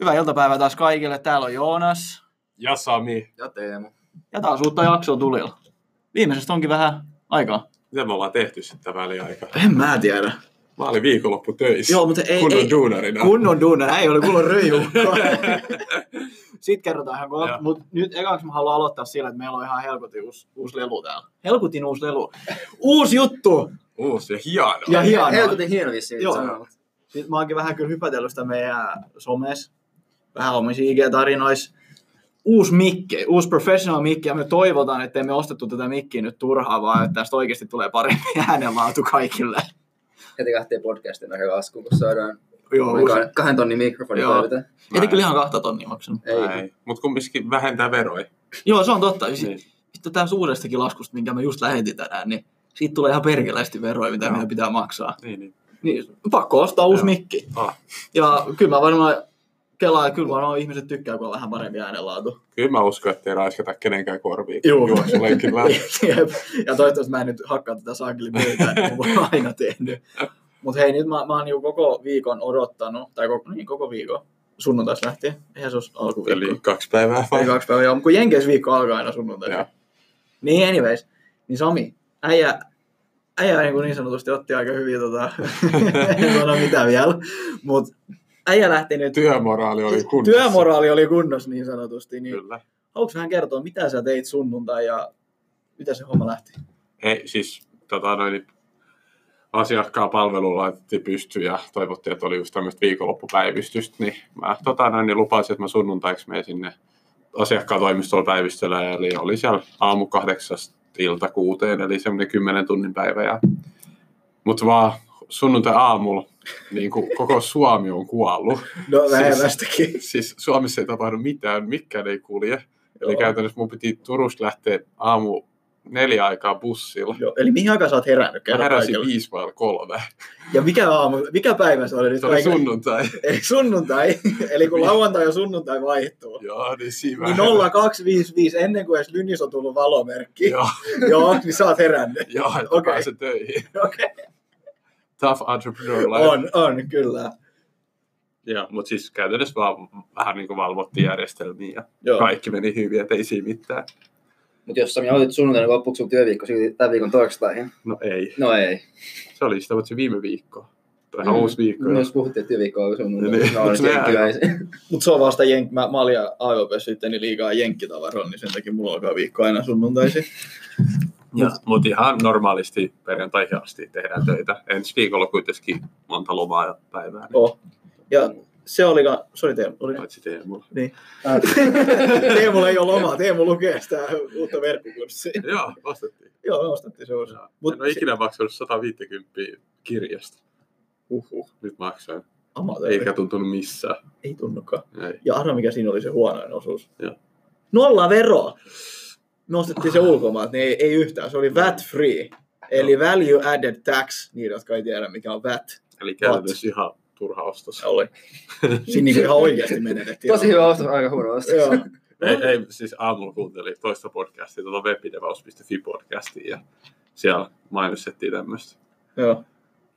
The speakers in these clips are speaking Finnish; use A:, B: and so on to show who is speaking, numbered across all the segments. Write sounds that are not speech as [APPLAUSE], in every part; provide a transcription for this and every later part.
A: Hyvää iltapäivää taas kaikille. Täällä on Joonas.
B: Ja Sami.
C: Ja Teemu.
A: Ja taas uutta jaksoa tulilla. Viimeisestä onkin vähän aikaa.
B: Mitä me ollaan tehty sitten tämä väliaika?
C: En mä tiedä.
B: Mä olin viikonloppu töissä.
C: Joo, mutta ei-
B: Kunnon
C: ei-
B: duunarina.
C: Kunnon duuna, ei ole kunnon
A: [LAUGHS]
C: röijukko.
A: Sitten kerrotaan ihan kohta,
B: Joo.
A: mutta nyt ekaksi mä haluan aloittaa sillä, että meillä on ihan helkutin uusi, uusi lelu täällä. Helkutin uusi lelu. Uusi juttu!
B: Uusi ja hieno.
A: Ja hienoa.
C: Helkutin hieno vissiin
A: Joo.
C: Joo. sanoa.
A: Sitten mä oonkin vähän kyllä hypätellyt sitä meidän somes, vähän omissa IG-tarinoissa. Uusi mikki, uusi professional mikki, ja me toivotaan, että me ostettu tätä mikkiä nyt turhaa, vaan että tästä oikeasti tulee parempi [LAUGHS] äänenlaatu kaikille.
C: Heti lähtee podcastin näköjään laskuun, kun saadaan
A: Joo,
C: Oi, kahden, kahden tonnin mikrofoni
A: Joo.
C: pöytä.
A: Eti kyllä ihan kahta tonnia maksanut.
C: Ei.
B: Ei. Mutta kumminkin vähentää veroja.
A: Joo, se on totta.
B: Niin.
A: Niin. Vittu tästä uudestakin laskusta, minkä mä just lähetin tänään, niin siitä tulee ihan perkelästi veroja, mitä
B: Joo.
A: meidän pitää maksaa.
B: Niin, niin.
A: Niin, pakko ostaa uusi
B: Joo.
A: mikki.
B: Ah.
A: Ja kyllä mä varmaan kelaan, kyllä varmaan ihmiset tykkää, kun on vähän parempi äänenlaatu.
B: Kyllä mä uskon, ettei raiskata kenenkään korviin.
A: Juu.
B: Juoksulenkin
C: [LAUGHS]
B: läpi.
A: Jep. ja toivottavasti mä en nyt hakkaa tätä saakelin pöytää, niin kuin mä oon aina tehnyt. Mutta hei, nyt mä, mä oon niinku koko viikon odottanut, tai koko, niin, koko viikon, sunnuntaista lähtien. Eihän se olisi alkuviikko.
B: Eli kaksi päivää vai?
A: Vai kaksi päivää, joo, mutta kun Jenkeissä viikko alkaa aina sunnuntaina.
B: Joo.
A: Niin anyways, niin Sami, äijä, äijä niin, kuin niin sanotusti otti aika hyvin, tota, [LAUGHS] en sano mitä vielä, mutta äijä lähti nyt,
B: Työmoraali oli kunnossa.
A: työmoraali oli kunnossa niin sanotusti, niin
B: Kyllä.
A: haluatko vähän kertoa, mitä sä teit sunnuntai ja mitä se homma lähti?
B: Hei, siis tota noin, asiakkaan palvelu laitettiin pystyyn ja toivottiin, että oli just tämmöistä viikonloppupäivystystä, niin mä tota noin, niin lupasin, että mä sunnuntaiksi menen sinne asiakkaan toimistolla päivystelemään, eli oli siellä aamu kahdeksasta ilta kuuteen, eli semmoinen kymmenen tunnin päivä. Ja... Mutta vaan sunnuntai aamulla niin kuin koko Suomi on kuollut. [LAUGHS]
A: No
B: vähemmästäkin. Siis Suomessa ei tapahdu mitään, mikään ei kulje. Eli
A: Joo.
B: käytännössä mun piti Turusta lähteä aamu neljä aikaa bussilla.
A: Joo, eli mihin aikaan sä oot herännyt?
B: Mä
A: Kerro
B: heräsin
A: kaikille.
B: viisi vailla kolme.
A: Ja mikä aamu, mikä päivä se oli nyt?
B: Se oli
A: kaikille?
B: sunnuntai.
A: [LAUGHS] Eli sunnuntai, [LAUGHS] eli kun lauantai ja sunnuntai vaihtuu.
B: Joo, niin siinä
A: Niin
B: vähän-
A: 0255 ennen kuin edes lynnis on tullut valomerkki.
B: Joo,
A: [LAUGHS] Joo, niin sä oot herännyt. [LAUGHS]
B: joo että
A: Okei.
B: okay. pääsen töihin.
A: Okei.
B: Tough entrepreneur life.
A: On, on, kyllä.
B: Joo, mutta siis käytännössä vaan vähän niin kuin valvottiin järjestelmiä ja
A: Mm. Joo.
B: kaikki meni hyvin, ettei siinä mitään.
C: Mut jos Sami aloitit sunnuntaina niin loppuksi sun työviikko silti tämän viikon torstaihin.
B: No ei,
C: No ei.
B: se oli sitä, mutta se viime viikko. Tai
C: Mm.
B: mm. uusi viikko.
A: Niin.
C: No,
B: Myös...
C: jos puhuttiin, että työviikko on sunnuntaina.
B: Niin.
C: Niin. No,
B: Mut
C: nyt
B: se-
C: kyllä ei se.
A: [LAUGHS] Mutta se on vasta jenk... Mä, mä olin AOP sitten niin liikaa jenkkitavaroon, niin sen takia mulla alkaa viikko aina sunnuntaisin. [LAUGHS]
B: Mutta mut ihan normaalisti perjantaihin asti tehdään töitä. Ensi viikolla kuitenkin monta lomaa ja päivää. Niin
A: Oh. Ja se oli... Ka... Sori Teemu.
B: [LAUGHS]
A: Oli...
B: Paitsi Teemulla.
A: Teemulla ei ole lomaa. Teemu lukee sitä uutta verkkokurssia.
B: Joo, vastattiin.
A: Joo, me ostettiin se uusi.
B: Joo. No
A: Mut
B: en ole
A: se-
B: ikinä maksanut 150 kirjasta.
A: Uhuh.
B: Nyt maksoin.
A: Amatööri.
B: Eikä tuntunut missään.
A: Ei tunnukaan.
B: Ei.
A: Ja arva mikä siinä oli se huonoin osuus.
B: Joo. Ah.
A: Nolla vero. Me ostettiin se ulkomaat, niin ei, ei yhtään. Se oli VAT free. Eli value added tax, niitä jotka ei tiedä mikä on VAT.
B: Eli käytännössä ihan turha ostos.
A: Se
B: [LAUGHS]
A: oli. Siinä niinku ihan oikeasti menetettiin.
C: [LAUGHS] Tosi hyvä ostos, aika huono ostos.
A: Joo.
B: Ei, ei, siis aamulla kuuntelin toista podcastia, tuota webidevaus.fi podcastia ja siellä mainostettiin tämmöistä
A: Joo.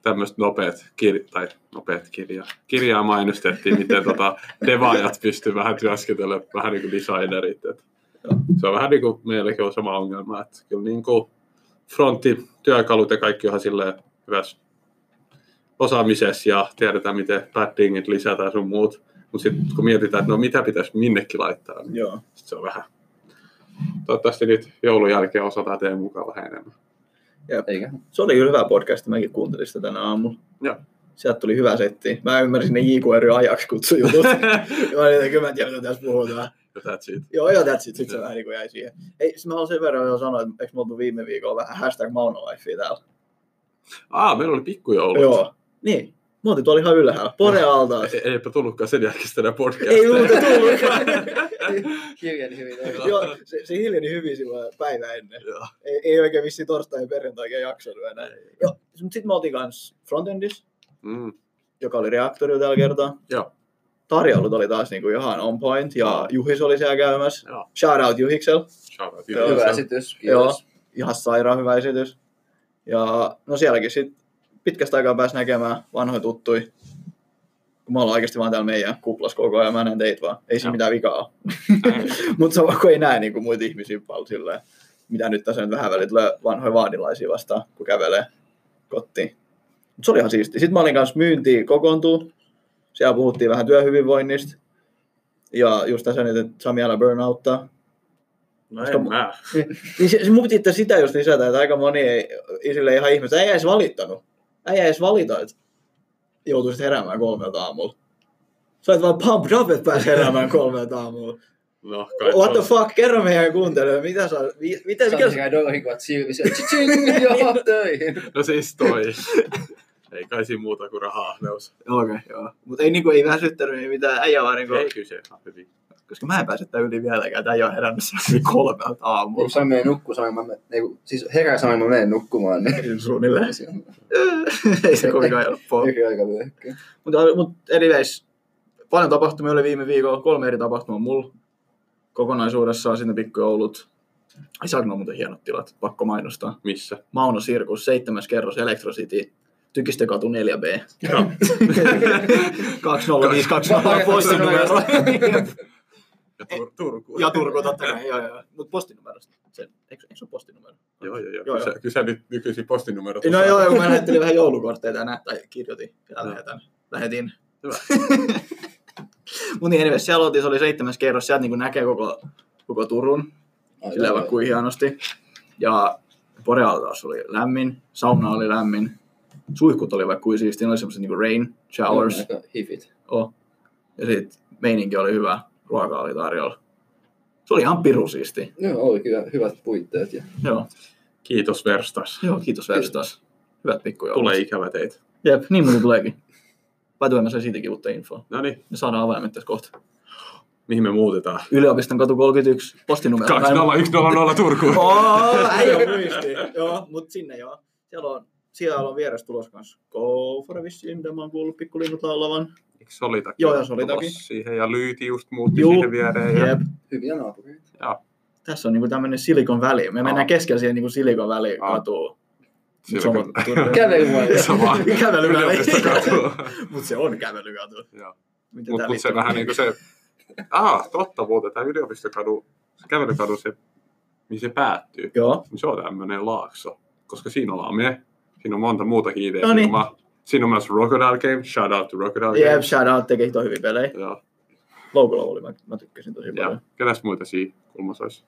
B: tämmöiset nopeat, kir- tai nopeat kirja. kirjaa mainostettiin, miten tota, devaajat pystyy vähän työskentelemään vähän niin kuin designerit. Et
A: Joo.
B: se on vähän niin kuin meilläkin on sama ongelma, että kyllä niin kuin frontti, työkalut ja kaikki on ihan silleen hyvässä osaamisessa ja tiedetään, miten paddingit lisätään sun muut. Mutta sitten kun mietitään, että no mitä pitäisi minnekin laittaa, niin
A: Joo.
B: sit se on vähän. Toivottavasti nyt joulun jälkeen osataan teidän mukaan vähän enemmän.
C: Eikä.
A: Se oli kyllä hyvä podcast, mäkin kuuntelin sitä tänä aamulla.
B: Joo.
A: Sieltä tuli hyvä setti. Mä ymmärsin ne JQR ajaksi
B: [LAUGHS]
A: kutsujutut. Mä olin, että kyllä mä en tiedä, mitä tässä puhutaan.
B: Jotain siitä.
A: Joo, joo, that's it. Sitten se vähän niin kuin jäi siihen. Ei, siis mä haluan sen verran jo sanoa, että eikö me oltu viime viikolla vähän hashtag Maunalifea täällä.
B: Aa, meillä oli pikkujoulut.
A: Joo. Niin. Me oltiin tuolla ihan ylhäällä. Pore altaa.
B: Ei, eipä tullutkaan sen jälkeen tänä podcastia.
A: Ei muuta tullutkaan.
B: [LAUGHS]
C: Kirjani hyvin.
A: joo, se, se hiljeni hyvin silloin päivä ennen.
B: Joo.
A: Ei, ei oikein vissiin torstai ja perjantai oikein jaksanut enää. Joo, mutta sitten me oltiin kans Frontendis,
B: Mm.
A: joka oli reaktori tällä kertaa.
B: Joo.
A: Tarjoulut oli taas niinku ihan on point ja Juhis oli siellä käymässä.
B: Joo.
A: Shout out Juhiksel.
B: Shoutout.
A: Joo,
C: Hyvä
B: Joo, se-
C: esitys.
A: Joo.
C: Kiitos.
A: ihan sairaan hyvä esitys. Ja no sielläkin sit pitkästä aikaa pääsi näkemään vanhoja tuttuja. Kun mä ollaan oikeasti vaan täällä meidän kuplas koko ajan, mä näen teitä vaan. Ei siinä
B: Joo.
A: mitään vikaa [LAUGHS] Mutta se on vaan, kun ei näe niinku muita ihmisiä paljon silleen. Mitä nyt tässä nyt vähän väliä tulee vanhoja vaadilaisia vastaan, kun kävelee kotiin. Mut se oli ihan siisti. Sitten mä olin kanssa myyntiin kokoontuu. Siellä puhuttiin vähän työhyvinvoinnista. Ja just tässä nyt, että Sami älä burnouttaa.
B: No en mä.
A: Niin se, se mun piti itse sitä just lisätä, että aika moni ei, ei sille ihan ihmeessä, äijä ei edes valittanut. Äijä ei edes valita, että joutuisit heräämään kolmelta aamulla. Sä olet vaan pumped up, että pääs [LAUGHS] heräämään kolmelta aamulla.
B: No, kai
A: What
B: se
A: the
B: on-
A: fuck, kerro meidän kuuntelijoille, mitä sä... mi- Mitä, mikä,
C: Sami käy doikuvat silmissä. Tsing, joo, töihin.
B: No siis toi. [LAUGHS] ei kai siinä muuta kuin raha-ahneus.
A: Okei, joo. Mutta ei, niinku, ei väsyttänyt, ei mitään äijä vaan niinku,
B: Ei kyse. Hyvin.
A: koska mä en pääse tämän yli vieläkään, että äijä on herännyt siellä yli kolmelta
C: Kun
A: aamulla.
C: Sami menee nukkuu, Sami mä menen, ei kun- siis herää Sami mä menen nukkumaan. Niin.
A: Suunnilleen. ei se kovinkaan helppoa.
C: Eri aika myöhäkkä.
A: Mutta mut anyways, paljon tapahtumia oli viime viikolla, kolme eri tapahtumaa mulla kokonaisuudessaan, sinne pikkujoulut. Isagno on muuten hienot tilat, pakko mainostaa.
B: Missä?
A: Mauno Sirkus, seitsemäs kerros, Electro City, Tykistökatu 4B,
B: Joo.
A: 20520 postinumero.
B: Ja Tur-
A: [LAUGHS]
B: Turkuun.
A: ja Turku totta kai, joo joo. Mutta postinumerosta, se, eikö, eikö se ole postinumero?
B: Joo, joo,
A: Joo,
B: joo. Kyllä sä- Kyllä sä nyt nykyisin postinumerot.
A: No
B: osaat.
A: joo, joo, kun mä lähettelin vähän joulukortteja tänään, tai kirjoitin ja
B: Joo.
A: lähetän. Lähetin. [LAUGHS]
B: Hyvä.
A: Mutta niin, anyways, siellä oltiin, se oli seitsemäs kerros, sieltä niin näkee koko, koko Turun, sillä vaikka kuin hienosti. Ja Borealla taas oli lämmin, sauna oli lämmin, suihkut oli vaikka kuin siistiä, ne oli semmoiset niin rain showers.
C: Aika hifit.
A: Oh. Ja sit meininki oli hyvä, ruokaa oli tarjolla. Se oli ihan piru siisti.
C: No oli kyllä hyvät puitteet. Ja...
A: Joo,
B: Kiitos Verstas.
A: joo kiitos Verstas. Hyvät pikkujoulut.
B: Tulee ikävä teitä.
A: Jep, niin muuten tuleekin. Päätyvä mä sain siitäkin uutta infoa.
B: No niin,
A: Me saadaan avaimet tässä kohta.
B: mihin me muutetaan?
A: Yliopiston katu 31, postinumero.
B: 20100 Turkuun.
A: Oo, [LAUGHS] äijä muisti. joo, mut sinne joo. Siellä on, siellä on vieressä tulos kanssa. Go for a wish, mitä mä oon kuullut pikkulinnut laulavan.
B: Eikö Solitakin?
A: Joo, joo, Solitakin.
B: tulossa Siihen ja Lyyti just muutti
A: Juu.
B: siihen viereen. Ja...
A: Jep.
C: Hyviä naapureita.
A: Tässä on niinku tämmönen silikon väli. Me mennään keskellä siihen niinku silikon väliin
B: Aa.
A: katuun.
B: Silikon- [LAUGHS]
C: Kävelymaja.
B: Sama.
A: Kävelyväli.
B: Yliopistokatua.
A: [LAUGHS] Mut se on kävelykatu.
B: Joo.
A: Miten
B: Mutta
A: tää
B: mut se
A: liittyy?
B: vähän niin kuin se... Ah, totta muuten. Tämä yliopistokadu, se kävelykadu, se, mihin se päättyy.
A: Joo.
B: Niin se on tämmöinen laakso. Koska siinä on laamie. Siinä on monta muutakin ideaa.
A: No niin.
B: Siinä on myös Crocodile Game. Shout out to Crocodile
A: Jep,
B: Game.
A: shout out, tekee hito hyviä pelejä.
B: Joo.
A: Loukulla oli, mä, mä tykkäsin tosi paljon.
B: Ja ketäs muita siinä kulmassa olisi?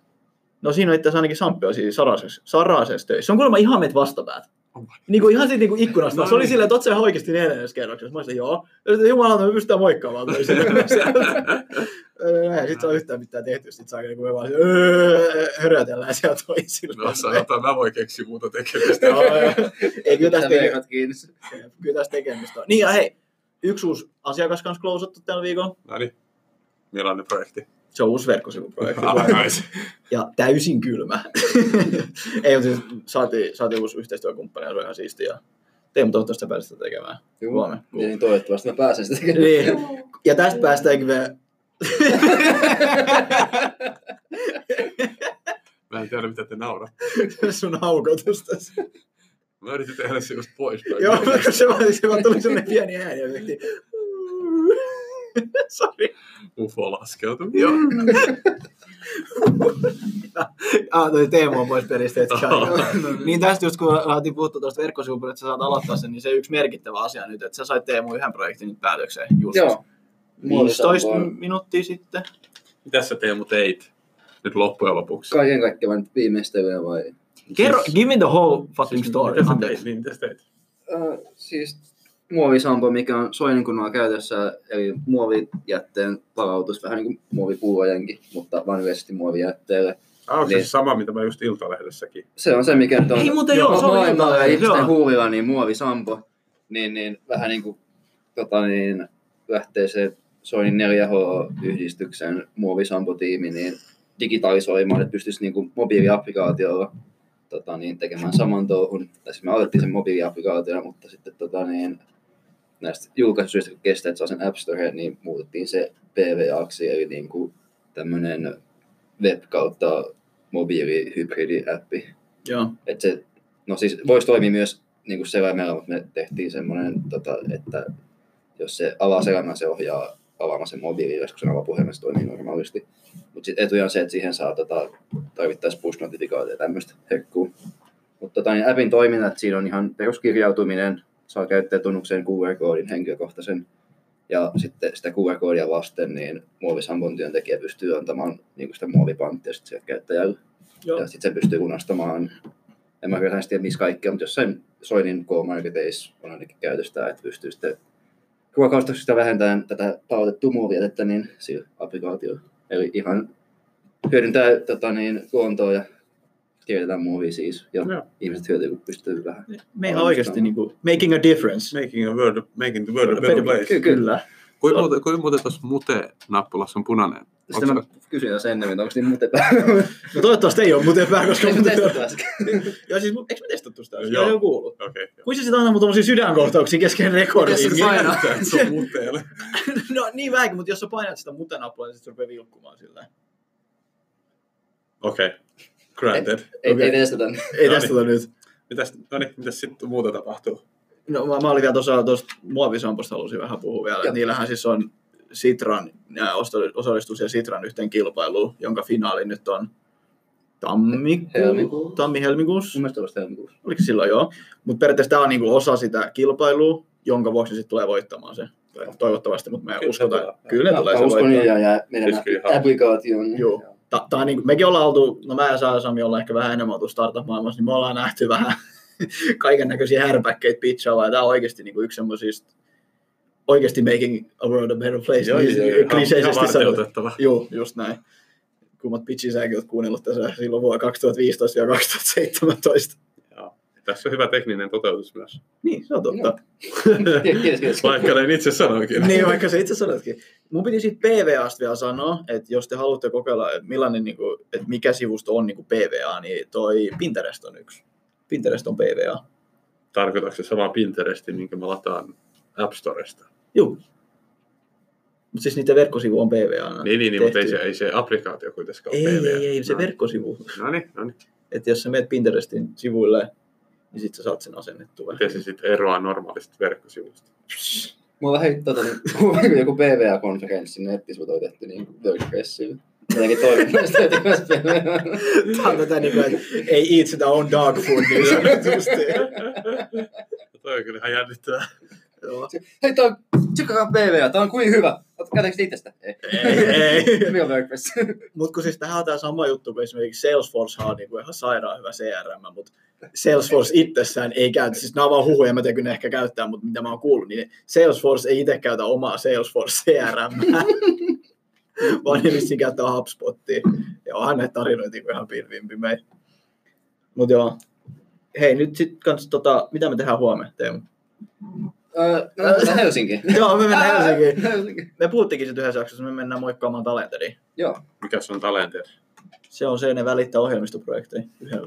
A: No siinä on itse asiassa ainakin Samppi on siis Sarases, Sarases töissä. Se on kuulemma ihan meitä vastapäät.
B: On
A: Niin kuin ihan siitä niin kuin ikkunasta.
B: No
A: se oli
B: niin.
A: silleen, että oot sä ihan oikeasti neljännessä kerroksessa. Mä sanoin, joo. Ja sitten jumalauta, me pystytään moikkaamaan
B: [LAUGHS]
A: toisiaan. Eihän sit saa yhtään mitään tehty. Sit saa niin me vaan öö, hörötellään siellä toisilla.
B: No sanotaan, mä voin keksiä muuta [LAUGHS] tekemistä.
A: Joo, joo. Ei, kyllä tästä tekee-
C: veivät kiinni.
A: kyllä tästä tekemistä on. Niin ja hei, yksi uusi asiakas kanssa klousattu tällä viikolla.
B: No niin. Millainen projekti?
A: Se on uusi verkkosivuprojekti.
B: Ah, [LAUGHS] nice.
A: ja täysin kylmä. [LAUGHS] Ei, mutta siis saatiin, saatiin uusi yhteistyökumppani ja se on ihan siistiä. Ja Teemu, toivottavasti sä pääset sitä tekemään.
C: Juu.
A: Huomenna.
C: Niin toivottavasti mä pääsen sitä tekemään.
A: Niin. Ja tästä päästäänkin me...
B: Mä en tiedä, mitä te nauraa.
A: sun haukotus tässä.
B: Mä yritin tehdä se just pois.
A: Joo, kun se vaan, se vaan tuli sellainen pieni ääni [LAUGHS] efekti. Sori.
B: Ufo laskeutui.
A: Joo. [LAUGHS] ah, toi Teemu on pois pelistä, et sä- [LAUGHS] Niin tästä just kun lähdettiin puhuttu tuosta verkkosivupuolesta, että sä saat aloittaa sen, niin se yksi merkittävä asia nyt, että sä sait Teemu yhden projektin nyt päätökseen just
C: [LAUGHS] Joo. Mulla oli
A: 15
C: sama vaan.
A: minuuttia sitten.
B: Mitäs sä Teemu teit nyt loppujen lopuksi?
C: Kaiken kaikkiaan nyt viimeistelyä vai?
A: Kerro, give me the whole fucking
B: siis,
A: story.
B: Mitä sä teit?
A: Anteeksi.
B: Niin, mitäs teit?
C: Äh, siis muovisampo, mikä on soininkunnalla käytössä, eli muovijätteen palautus, vähän niin kuin muovipullojenkin, mutta vain yleisesti muovijätteelle.
B: Ah, onko se
C: Niin.
B: se sama, mitä mä just Iltalehdessäkin?
C: Se on se, mikä nyt on
A: Ei muuten
B: Joo,
A: joo, se oli
C: maailmalla ja
A: jotain.
C: ihmisten
A: Joo.
C: huulilla, niin muovisampo, niin, niin vähän niin kuin tota, niin, lähtee se Soinin 4H-yhdistyksen muovisampotiimi niin digitalisoimaan, että pystyisi niin kuin mobiiliaplikaatiolla tota, niin, tekemään saman touhun. Tai siis me aloitettiin sen mobiiliaplikaationa, mutta sitten tota, niin, näistä julkaisuista, kun kesteet saa sen App Storeen, niin muutettiin se PV-aksi, eli niin kuin tämmöinen web kautta mobiilihybridi-appi.
A: Joo.
C: Et se, no siis voisi toimia myös niin kuin selaimella, mutta me tehtiin semmoinen, tota, että jos se avaa selän, se ohjaa avaamaan sen mobiilin, jos sen avaa puhelimen, se toimii normaalisti. Mutta sitten etuja on se, että siihen saa tota, tarvittaessa push-notifikaatio ja tämmöistä herkkuu. Mutta tota, niin appin toiminnat, siinä on ihan peruskirjautuminen, saa käyttäjätunnuksen QR-koodin henkilökohtaisen ja sitten sitä QR-koodia vasten, niin muovisampon työntekijä pystyy antamaan niin sitä muovipanttia sitten sieltä käyttäjälle.
A: Joo.
C: Ja sitten se pystyy lunastamaan, en mä kyllä tiedä missä kaikkea, mutta jossain Soinin K-Marketeissa on ainakin käytöstä, että pystyy sitten ruokaustoksista vähentämään tätä palautettua muovijätettä niin sillä applikaatiolla. Eli ihan hyödyntää tota, niin, luontoa ja kierretään muovia siis, ja
D: Joo.
C: ihmiset hyötyy, kun pystyy vähän.
A: Me ihan oikeasti niin kuin, making a difference.
B: Making, a world, making the world a better place.
C: Kyllä.
A: Kyllä.
D: Kuin muuten, kuin muuten tuossa mute-nappulassa on punainen?
C: Sitten
D: Onks-
C: mä kysyin jo sen, että onko niin muuten
A: No toivottavasti ei ole muuten pää, koska
C: Ei me
A: muuten...
C: testattu äsken.
A: [LAUGHS] Joo, siis mu- eikö me testattu sitä?
B: Joo.
A: Joo. Ei ole kuullut.
B: Okei. Okay.
A: Kuinka se sitten aina mun tommosia sydänkohtauksia kesken
C: Mikä
A: rekordiin? [LAUGHS]
C: se painaa?
B: Se on muteelle.
A: no niin vähänkin, mutta jos sä painat sitä mutenappua, niin sit se rupeaa vilkkumaan sillä
B: Okei. Okay. Granted.
C: Ei,
A: Okei.
C: ei testata.
A: Ei
B: No niin.
A: testata nyt.
B: Mitäs, no niin, mitäs sitten muuta tapahtuu?
A: No mä, mä olin vielä tuossa tuosta muovisamposta halusin vähän puhua vielä. Että
C: Joo.
A: niillähän siis on Sitran, nämä osto- osallistuu siihen Sitran yhteen kilpailuun, jonka finaali nyt on tammikuussa.
C: Helmikuussa.
A: Tammi-helmikuussa.
C: Mun mielestä niinku- olisi helmikuussa.
A: Oliko silloin joo? Mutta periaatteessa tämä on niinku osa sitä kilpailua, jonka vuoksi ne sitten tulee voittamaan se. Tai Toivottavasti, mutta me
B: Kyllä
A: uskotaan.
B: se tulee.
A: Kyllä ne
C: Mä
A: tulee se
C: uskon niin,
A: voittamaan.
C: ja jää menemään
B: Siis kyllä.
C: applikaation.
A: Joo. Ta- tää on niinku, mekin ollaan oltu, no mä ja Saa Sami ollaan ehkä vähän enemmän oltu startup-maailmassa, niin me ollaan nähty vähän [LAUGHS] kaiken näköisiä härpäkkeitä pitchailla, ja tämä on oikeasti niinku yksi semmoisista, oikeasti making a world a better place,
B: Joo,
A: niin [LAUGHS]
B: joo, joo. Ihan
A: kliseisesti
B: varten
A: sanottuna.
B: otettava.
A: Joo, just näin. Kummat pitchin säkin oot kuunnellut tässä silloin vuonna 2015 ja 2017.
B: Tässä on hyvä tekninen toteutus myös.
A: Niin, se on totta.
C: Kiitos, kiitos, kiitos.
B: Vaikka ne itse sanoikin.
A: niin, vaikka se itse sanotkin. Mun piti siitä PVAsta vielä sanoa, että jos te haluatte kokeilla, että, millainen, niin kuin, että mikä sivusto on niin kuin PVA, niin toi Pinterest on yksi. Pinterest on PVA.
B: Tarkoitatko se samaa Pinteresti, minkä mä lataan App Storesta?
A: Juu. Mutta siis niiden verkkosivu on PVA.
B: Niin, niin, niin mutta ei se, ei se applikaatio kuitenkaan
A: ei,
B: ole
A: ei,
B: PVA.
A: ei, ei, se
B: no.
A: verkkosivu.
B: No niin, no niin.
A: Että jos sä menet Pinterestin sivuille, niin sit sä saat sen asennettua.
B: Miten se sitten eroaa normaalista verkkosivusta?
C: Mulla on vähän tota, niin, [LAUGHS] joku PVA-konferenssi nettisivuilta otettu niin WordPressille. [LAUGHS] Jotenkin toiminnasta myös PVA.
A: [LAUGHS] Tää on tätä niin kuin, että ei eat sitä on dog food niin sanotusti.
B: No [LAUGHS] toi on kyllä ihan jännittävää.
A: Joo.
C: Hei, tää on, tsekakaa PVA, tää on kuin hyvä. Käytätkö te itsestä? Ei.
A: Ei, ei.
C: [LAUGHS] Mikä on WordPress?
A: Mutta kun siis tähän on tämä sama juttu kuin esimerkiksi Salesforce on niinku ihan sairaan hyvä CRM, mutta Salesforce itsessään ei käytä, siis nämä on vaan huhuja, mä tiedän kyllä ne ehkä käyttää, mutta mitä mä oon kuullut, niin Salesforce ei itse käytä omaa Salesforce [LAUGHS] CRM, vaan ne vissiin käyttää HubSpotia. Ja onhan näitä tarinoita niinku ihan pilvin pimein. Mutta joo. Hei, nyt sitten kans tota, mitä me tehdään huomenna, Teemu?
C: Öö, no, mennään Helsinkiin.
A: [LAUGHS] joo, me mennään
C: Ää,
A: Helsinkiin.
C: Helsinkiin.
A: Me puhuttiinkin sitten yhdessä jaksossa, me mennään moikkaamaan Talenteriin.
C: Joo.
B: Mikäs on Talenter?
A: Se on se, ne välittää ohjelmistoprojekteja yhden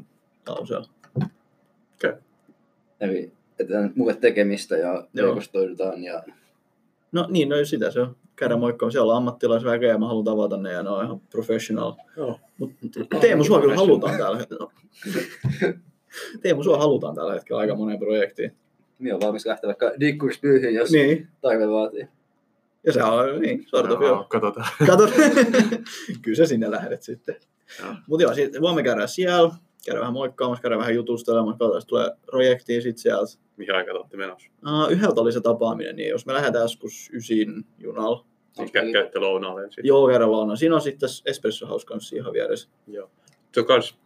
A: lauseella.
C: Eli että mulle tekemistä ja
A: Joo.
C: verkostoidutaan ja
A: No niin, no sitä se on. Käydään moikkaan. Siellä on ammattilaisväkeä ja mä haluan tavata ne ja ne on ihan professional.
B: Joo.
A: Mut Teemu, sua kyllä halutaan tällä hetkellä. No. Teemu, sua halutaan tällä hetkellä aika moneen projektiin.
C: minä olen valmis lähteä vaikka dikkuris pyyhiin, jos
A: Niin.
C: tarve vaatii.
A: Ja se on, niin, sort of, joo.
B: katsotaan.
A: Katot. [LAUGHS] kyllä sä sinne lähdet sitten.
B: Joo.
A: Mutta joo, sit voimme käydä siellä. Käydään vähän moikkaamassa, käydään vähän jutustelemassa, katsotaan, jos tulee projektia sitten sieltä.
B: Mihin aikaan te olette menossa?
A: Uh, yhdeltä oli se tapaaminen, niin jos me lähdetään joskus ysin junalla,
B: Siis kä- käytte lounaalle ensin.
A: Joo, käydään lounaan. Siinä on sitten Espresso House kanssa ihan vieressä.
B: Se on kans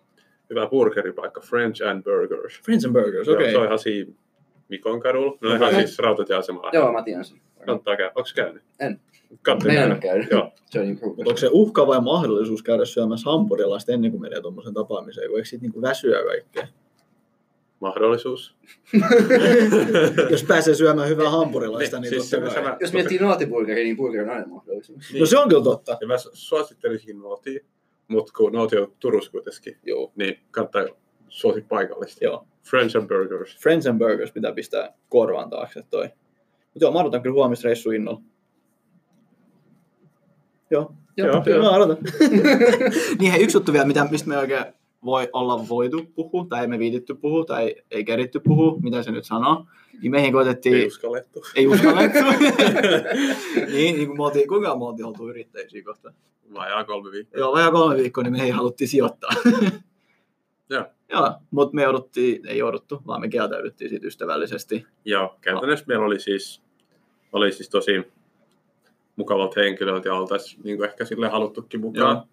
B: hyvä burgeripaikka, French and Burgers.
A: Friends and Burgers, okei.
B: Joo, Se on ihan siinä Mikon kadulla. No ihan
C: Okei.
B: siis rautatieasemalla.
C: Joo, mä tiedän sen.
B: Kannattaa käydä. Onks käynyt?
C: En.
B: Kannattaa
C: Meidän
B: käydä.
C: on käynyt.
B: Joo.
C: Se on niin kuin-
A: Mutta onko se uhka vai mahdollisuus käydä syömässä hampurilaista ennen kuin menee tuommoisen tapaamiseen, kun eikö siitä niinku väsyä kaikkea?
B: [LAUGHS] Mahdollisuus.
A: [LAUGHS] Jos pääsee syömään hyvää hampurilaista, niin,
B: Niin, siis
A: totta kai.
B: se- se mä- niin.
C: Jos miettii naatiburgeria, niin burgeri on aina mahdollisuus.
A: No se on kyllä totta.
B: Ja mä suosittelisin Nootia, mutta kun Nooti on Turussa kuitenkin,
A: Joo.
B: niin kannattaa suosi paikallista.
A: Joo.
B: French and Burgers.
A: Friends and Burgers pitää pistää korvaan taakse toi. Mutta joo, mä odotan kyllä huomista reissu innolla. Joo.
B: Joo. [LAUGHS]
A: Joo, mä odotan. niin hei, yksi juttu vielä, mitä, mistä me oikein voi olla voitu puhua, tai ei me viititty puhua, tai ei keritty puhua, mitä se nyt sanoo, niin meihin
B: Ei
A: koitettiin,
B: uskallettu.
A: ei
B: [LAUGHS]
A: uskallettu. [LAUGHS] niin, niin kuin me oltiin, kuinka me oltiin oltu yrittäjisiä kohta.
B: Vajaa kolme viikkoa.
A: Joo, vajaa kolme viikkoa, niin me ei haluttiin sijoittaa. [LAUGHS]
B: Joo.
A: Joo, mutta me jouduttiin, ei jouduttu, vaan me kieltäydyttiin siitä ystävällisesti.
B: Joo, käytännössä meillä oli siis, oli siis tosi mukavat henkilöt ja oltaisiin niin ehkä sille haluttukin mukaan.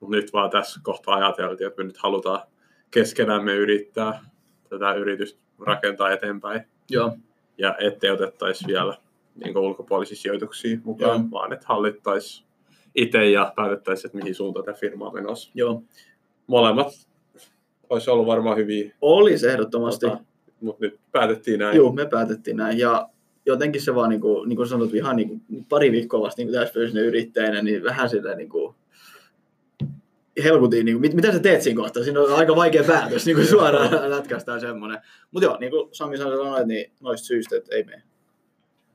B: Mutta nyt vaan tässä kohtaa ajateltiin, että me nyt halutaan keskenämme yrittää tätä yritystä rakentaa eteenpäin.
A: Joo,
B: Ja ettei otettaisi vielä niin ulkopuolisia sijoituksia mukaan,
A: Joo.
B: vaan että hallittaisiin itse ja päätettäisiin, että mihin suuntaan tämä firma on menossa.
A: joo.
B: Molemmat olisi ollut varmaan hyviä,
A: Olisi ehdottomasti.
B: Tota, mutta nyt päätettiin näin.
A: Joo, me päätettiin näin. Ja jotenkin se vaan, niin kuin, niin kuin sanot, ihan niin kuin, pari viikkoa vasta niin täyspäiväisenä yrittäjänä, niin vähän sitä niin kuin, helkutin, niin kuin, mit, mitä sä teet siinä kohtaa? Siinä on aika vaikea päätös, niin kuin suoraan [LAUGHS] lätkästään semmoinen. Mutta joo, niin kuin Sami sanoi, niin noista syistä, että ei mene.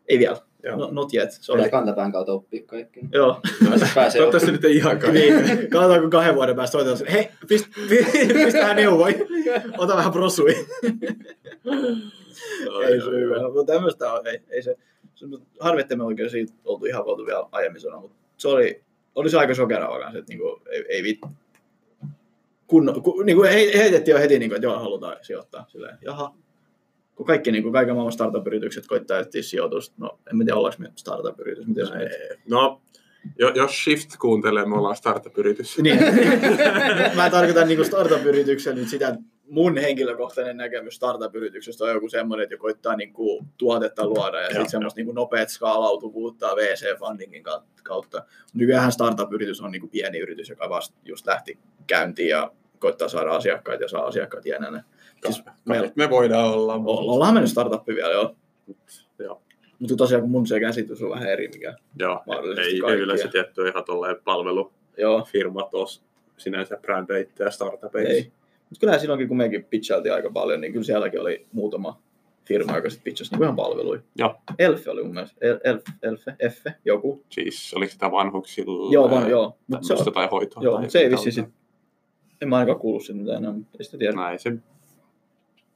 A: Ei vielä.
B: Joo.
A: No, not yet. Sorry.
C: Pitää kantapään kautta oppia
A: [LAUGHS]
C: kaikki.
A: Joo.
C: Pääsee- Pääsee oppimaan.
B: Toivottavasti nyt ei ihan kaikki.
A: Niin, katsotaan kun kahden vuoden päästä soitetaan, että hei, pist, [LAUGHS] pist, pistähän neuvoi, ota vähän prosui. ei se ole hyvä. Mutta tämmöistä on, ei, ei se. se harmi, että me oikein siitä oltu ihan voitu vielä aiemmin sanoa, mutta se oli, oli se aika sokeraa kanssa, että niinku, ei, ei vit... Kun, kun niinku he- heitettiin jo heti, niinku, että joo, halutaan sijoittaa. Silleen, jaha. Kun kaikki niinku, kaiken maailman startup-yritykset koittaa etsiä sijoitusta, no en mä tiedä, ollaanko me startup-yritys, miten se menee.
B: No, jo, jos Shift kuuntelee, me ollaan startup-yritys.
A: Niin. [LAUGHS] Mä tarkoitan niinku startup-yrityksen nyt sitä, että mun henkilökohtainen näkemys startup-yrityksestä on joku semmoinen, että joka koittaa niinku tuotetta luoda ja sitten semmoista niinku nopeat skaalautuvuutta VC-fundingin ka- kautta. Nykyään startup-yritys on niinku pieni yritys, joka vasta just lähti käyntiin ja koittaa saada asiakkaita ja saa asiakkaat jäänä. Siis meillä
B: Niin. Me voidaan olla.
A: olla- ollaan mennyt startup vielä joo.
B: Joo.
A: Mutta tosiaan kun mun se käsitys on vähän eri mikä.
B: Joo,
A: Mahdollisesti
B: ei, ei
A: kaikkia.
B: yleensä tietty ihan tolleen palvelufirmat
A: Joo.
B: os sinänsä brändeitä ja startupeita.
A: Ei. Mutta kyllä silloinkin, kun mekin pitchailtiin aika paljon, niin kyllä sielläkin oli muutama firma, joka sitten pitchasi niin ihan palveluja.
B: Joo.
A: Elfe oli mun mielestä. El, elf, elfe, effe, joku.
B: Siis oliko sitä vanhuksilla?
A: joo, vaan, joo. Mutta se,
B: tämmöistä
A: on-
B: tai hoitoa.
A: joo,
B: tai
A: mut se ei
B: jotain
A: vissi sitten. En mä ainakaan kuullut sitä mitään enää, mutta ei sitä tiedä.
B: Näin se.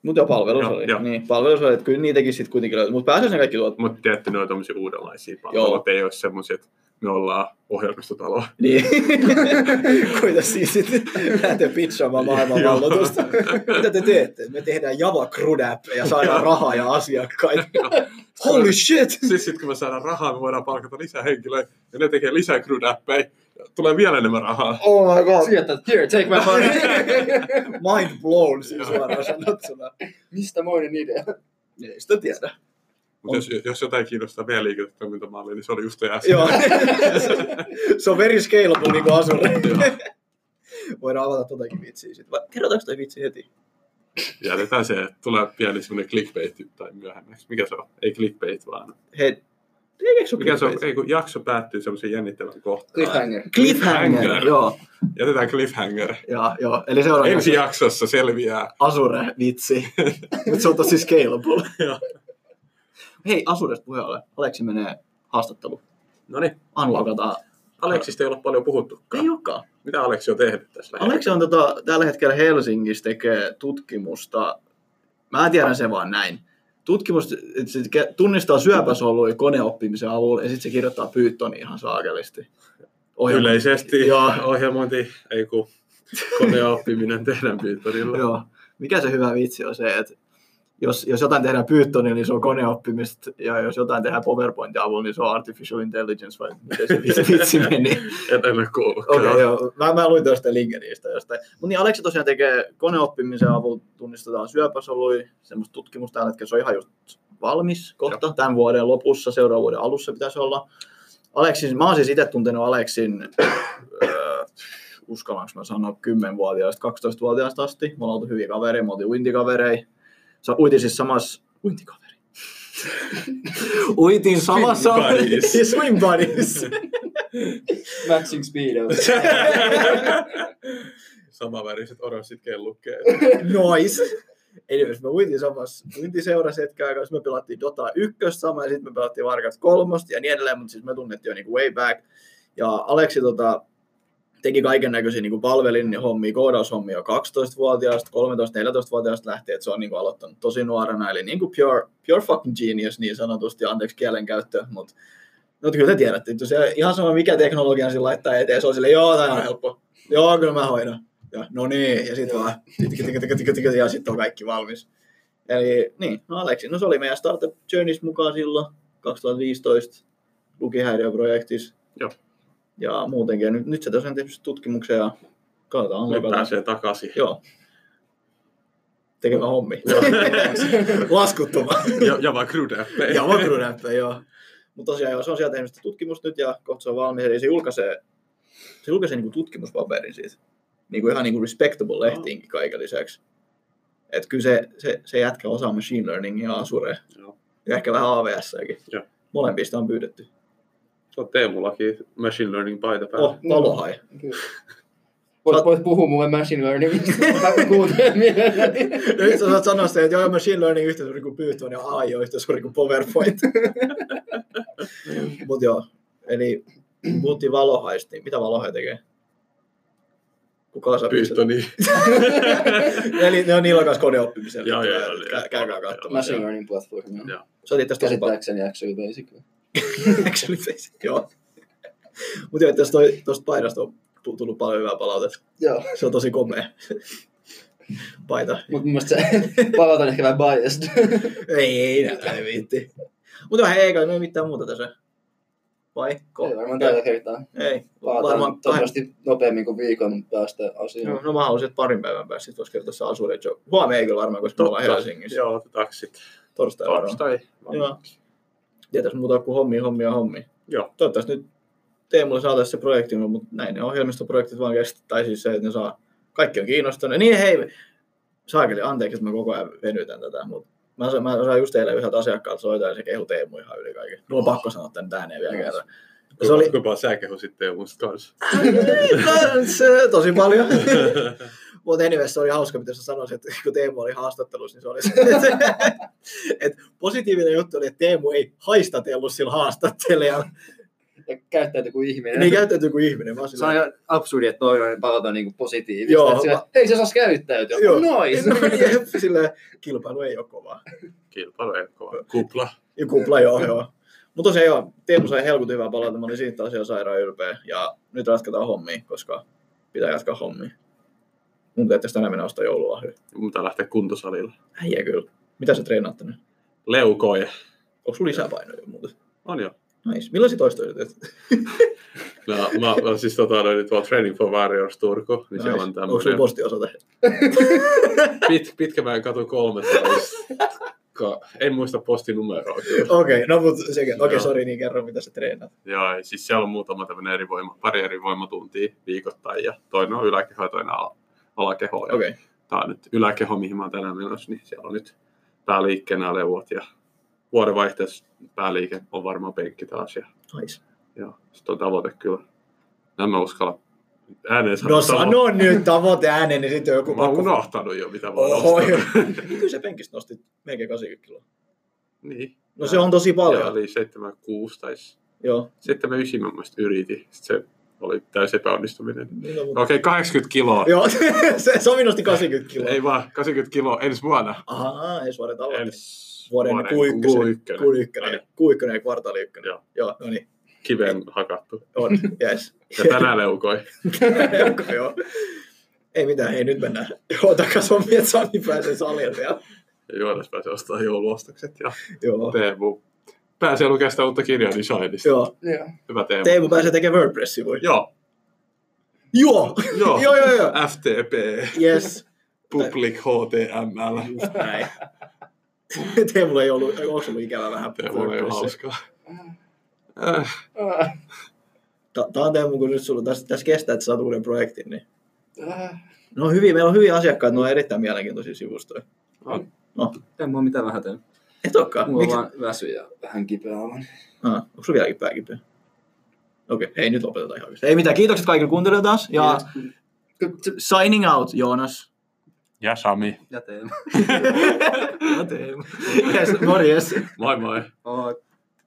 A: Mutta joo, palvelus
B: Joo,
A: oli.
B: joo.
A: Niin, palvelus oli, että kyllä niitäkin sitten kuitenkin löytyi. Mutta pääasiassa ne kaikki
B: [LAUGHS]
A: tuot.
B: Mutta tietty ne on tämmöisiä uudenlaisia palveluita, ei ole semmoisia, että me ollaan ohjelmistotalo.
A: [LAUGHS] Niin. Kuita siis sitten lähtee pitchaamaan maailman
B: [LAUGHS] Joo.
A: valloitusta. Mitä te teette? Me tehdään Java Crud app ja saadaan rahaa ja
B: [LAUGHS]
A: asiakkaita. Holy shit!
B: siis sitten kun me saadaan rahaa, me voidaan palkata lisää henkilöitä ja ne tekee lisää crud-appeja. Tulee vielä enemmän rahaa.
A: Oh my god.
C: Sieltä, here, take my
A: [LAUGHS]
C: money.
A: mind blown siis suoraan sanottuna.
C: Mistä moinen idea?
A: Ei sitä tiedä.
B: Mutta jos, jos jotain kiinnostaa meidän liiketoimintamallia, niin se oli just toi äsken.
A: Joo. se on very scalable niin kuin asuri. Voidaan avata totakin vitsiä sitten. Vai kerrotaanko toi vitsi heti?
B: Jätetään se, että tulee pieni semmoinen clickbait tai myöhemmäksi. Mikä se on? Ei clickbait vaan.
A: Hei. Eikö se ole
B: Mikä se on?
A: cliffhanger?
B: Ei kun jakso päättyy semmoisen jännittävän kohtaan.
C: Cliffhanger.
A: Cliffhanger.
B: Cliffhanger.
A: Joo.
B: Jätetään cliffhanger.
A: Joo, joo. Eli seuraava
B: Ensi jaksossa selviää.
A: Asure vitsi.
B: [LAUGHS]
A: Mutta se on tosi scalable.
B: Joo.
A: Hei, Asuresta puheen ollen. Aleksi menee haastattelu.
B: No niin,
A: Unlockataan.
B: Aleksista ei ole paljon puhuttukaan.
A: Ei olekaan.
B: Mitä Aleksi on tehnyt tässä
A: Aleksi on tota, tällä hetkellä Helsingissä tekee tutkimusta. Mä tiedän se vaan näin. Tutkimus että se ke- tunnistaa syöpäsoluja koneoppimisen avulla ja sitten se kirjoittaa Pythonin ihan saakelisti. Ohjelma-
B: Yleisesti
A: Joo.
B: ohjelmointi, ei kun koneoppiminen tehdään Pythonilla.
A: Joo. Mikä se hyvä vitsi on se, että jos, jos jotain tehdään Pythonilla, niin se on koneoppimista, ja jos jotain tehdään PowerPointin avulla, niin se on artificial intelligence, vai miten se vitsi- vitsi meni?
B: En ole kuullut.
A: Okei, okay, joo. Mä, mä luin tuosta LinkedInistä jostain. Mutta niin Aleksi tosiaan tekee koneoppimisen avulla, tunnistetaan syöpäsoluja, semmoista tutkimusta tällä hetkellä, se on ihan just valmis kohta, joo. tämän vuoden lopussa, seuraavan vuoden alussa pitäisi olla. Aleksin, mä oon siis itse tuntenut Aleksin, öö, uskallanko mä sanoa, 10-vuotiaasta, 12-vuotiaasta asti. Me ollaan oltu hyviä kavereita, me oltiin uintikavereita. Sä uitin siis samassa, uintikaveri. Uitin samassa,
B: Swim buddies.
A: swim
B: [LAUGHS]
A: buddies.
C: Matching
A: [LAUGHS]
C: speedo.
B: Samaväriset oranssit kellukkeet.
A: [LAUGHS] Nois. Eli jos me uintiin samassa uintiseurassa hetken aikaa, jos me pelattiin Dota 1 sama ja sitten me pelattiin Varkas 3 ja niin edelleen, mutta siis me tunnettiin jo niinku way back. Ja Aleksi tota, teki kaiken näköisiä niin palvelin hommia, koodaushommia 12-vuotiaasta, 13-14-vuotiaasta lähtien, että se on niin kuin aloittanut tosi nuorena. Eli niin kuin pure, pure fucking genius niin sanotusti, anteeksi kielenkäyttö, mutta no, kyllä te tiedätte, että se ihan sama mikä teknologia sillä laittaa eteen, se on sille, joo, tämä on helppo, joo, kyllä mä hoidan. Ja, no niin, ja sitten vaan, tikki, tikki, tikki, tikki, tikki, ja sitten on kaikki valmis. Eli niin, no Aleksi, no se oli meidän Startup Journeys mukaan silloin 2015 lukihäiriöprojektissa.
B: Joo.
A: Ja muutenkin, ja nyt, nyt se tosiaan tehnyt tutkimuksen ja katsotaan.
B: Nyt
A: leikataan.
B: pääsee takaisin.
A: Joo. Tekemään hommi. [LAUGHS] Laskuttuma.
B: [LAUGHS] ja, ja vaan Crude
A: ja makronäyttö, joo. Mutta tosiaan joo, se on sieltä tehnyt sitä tutkimusta nyt ja kohta se on valmis. Eli se julkaisee, se julkaisee niinku tutkimuspaperin siitä. Niinku ihan niinku respectable lehtiinkin kaiken lisäksi. Et kyllä se, se, se jätkä osaa machine learningia ja Azure.
B: Joo.
A: Ja ehkä vähän AVS-säkin.
B: Joo.
A: Molempista on pyydetty.
B: Se on Teemulakin Machine Learning paita päällä.
A: Oh, palohai.
C: Kyllä. Voit, voit puhua mulle machine learningista, mä kuuntelen mielelläni.
A: Nyt sä saat sanoa sitä, että joo, machine learning yhtä suuri kuin Python ja AI on yhtä suuri kuin PowerPoint.
B: Niin.
A: Mut joo, eli puhuttiin valohaista, niin mitä valohai tekee? Kuka osaa
B: Python, niin
A: pystyä? Eli ne on niillä kanssa kodeoppimisella.
B: Joo, joo,
A: Käy-
B: joo, joo.
A: Käykää katsomassa.
C: Machine learning platform, joo.
B: Joo.
A: Se oli tästä tosi paljon.
C: Käsittääkseni actually basic.
A: Actually face it, joo. Mut joo, tästä toi- tosta paidasta on tu- tullut paljon hyvää palautetta.
C: Joo,
A: Se on tosi komea. Paita.
C: mutta mun mielestä se palaut on ehkä vähän biased.
A: Ei, ei näitä ei viitti. Mutta hei, eikä me mitään muuta tässä. Vai? Ko-
C: Ei varmaan tällä kertaa.
A: Ei, varmaan
C: Palataan
A: kahden.
C: toivottavasti nopeammin kuin viikon päästä
A: Joo,
C: asiaan.
A: no mä haluaisin, että parin päivän päästä sitten voisi kertoa se asuuden jo. Huomenna ei kyllä varmaan, koska me ollaan Helsingissä.
B: Joo, otetaanko sitten
A: Torstai varmaan.
B: torstai.
A: Joo. Tietäis muuta kuin hommi, hommi ja hommi.
B: Joo.
A: Toivottavasti nyt Teemulle saataisiin se projekti, mutta näin ne ohjelmistoprojektit vaan kestää. Tai siis se, että ne saa, kaikki on kiinnostunut. Niin hei, saakeli, anteeksi, että mä koko ajan venytän tätä, mutta mä, sa- mä sain just eilen yhdeltä asiakkaalta soittaa ja se kehu Teemu ihan yli kaiken. Mulla on pakko sanoa tän ääneen vielä
C: Nice.
A: kerran. Ja
B: Se oli... Kuinka paljon sä kehu sitten
A: [LAUGHS]
B: Teemusta kanssa?
A: Se- tosi paljon. Mutta anyway, se oli hauska, mitä sä sanoisit, että kun Teemu oli haastattelussa, niin se oli se, että, että positiivinen juttu oli, että Teemu ei haistatellut sillä haastattelijalla.
C: Ja käyttäytyy kuin ihminen.
A: Niin käyttäytyy kuin ihminen. Mä oon
C: Se on
A: silleen,
C: ihan absurdi, että toinen palauta niinku positiivista.
A: Joo.
C: Joo, sillä, ei se saa käyttäytyä.
A: Joo.
C: Joo. Nois.
A: Jep, silleen, kilpailu ei ole kovaa.
B: Kilpailu ei kova. Kupla.
A: Ja kupla joo, joo. Mutta tosiaan joo, Teemu sai helkut hyvää palautetta, mä olin siitä asiaa sairaan ylpeä. Ja nyt ratketaan hommia, koska pitää jatkaa hommia. Mun täytyy tänään mennä ostaa joululahjoja.
B: Mutta lähtee kuntosalille.
A: Äijä kyllä. Mitä sä treenaat tänne?
B: Leukoja.
A: Onko sulla lisäpainoja muuten?
B: On jo.
A: Nice. Millaisia toistoja teet?
B: No, mä, mä siis tota, noin, tuolla Training for Warriors Turku, niin nice. siellä on
A: Onko sun
B: tämmöinen
A: postiosoite?
B: pit, Pitkämäen katu 13. Ka- en muista postinumeroa kyllä.
A: Okei, okay, no mut sekin. Okei, okay,
B: Joo.
A: sori, niin kerro mitä sä treenaat.
B: Joo, ja siis siellä on muutama tämmöinen eri voima, pari eri voimatuntia viikoittain, ja toinen on yläkeho ja toinen ala, alakeho. Ja
A: Okei, okay.
B: Tää on nyt yläkeho, mihin mä oon tänään menossa, niin siellä on nyt pääliikkeenä leuot, ja vuodenvaihteessa pääliike on varmaan penkki taas, ja
A: nice.
B: Joo, sit on tavoite kyllä. En mä uskalla ääneen sanoa.
A: No sano nyt tavoite ääneen, niin sitten on joku
B: Mä oon unohtanut jo, mitä mä oon
A: Oho, joo.
B: nostanut.
A: [LAUGHS] Kyllä se penkistä nostit melkein 80 kiloa.
B: Niin.
A: No se on tosi
B: Ja
A: paljon.
B: oli 76 taisi.
A: Joo.
B: Sitten me ysin mä mielestä yritin. Sitten se oli täysin epäonnistuminen.
A: No, mut-
B: No Okei, okay, 80 kiloa.
A: [LAUGHS] Joo, se Sami nosti 80 kiloa.
B: Ei vaan, 80 kiloa ensi vuonna.
A: Aha, ei suora tavoite.
B: Ensi
A: Vuoden
B: Q1.
A: Q1, Q1, Q1 ja kvartaali 1.
B: Joo.
A: Joo, no niin,
B: Kiven hakattu.
A: on, yes.
B: Ja tänään leukoi.
A: [LAUGHS] Okei, joo. Ei mitään, hei nyt mennään. Joo, takas on että Sami pääsee salille vielä.
B: Ja Joonas pääsee ostamaan jouluostokset. Ja
A: Joo.
B: Teemu pääsee lukemaan sitä uutta kirjaa Designista.
A: Joo.
C: [LAUGHS] Joo.
B: Hyvä Teemu.
A: Teemu pääsee tekemään WordPressi-sivuja.
B: Joo,
A: Joo.
B: joo.
A: joo, joo, joo.
B: FTP.
A: Yes.
B: Public HTML.
A: Näin. [LAUGHS] Teemulla ei ollut, onko sulla ikävä vähän
B: Teemulla ei ole
A: WordPressiä?
B: hauskaa. Äh,
C: Ah,
A: Ta- Tää on Teemu, kun nyt sulla tässä, tässä kestää, että saat uuden projektin. Niin.
C: ah.
A: No hyvin, meillä on hyviä asiakkaita, ne on erittäin mielenkiintoisia sivustoja.
B: on.
E: En mä oo mitään vähätellä.
A: Et olekaan.
E: Mulla on
A: Miksi?
E: vaan väsy ja
C: Vähän kipeä on.
A: Ah, onko sulla vieläkin pääkipeä? Okei, hei nyt lopetetaan ihan oikeasti. Ei mitään, kiitokset kaikille kuuntelijoille taas. Ja signing
E: [LAUGHS]
A: out, Joonas.
B: Ja [LAUGHS] Sami.
E: jäteen. No,
A: Ja Teemu. Yes, morjes.
B: Moi moi.
E: Oot.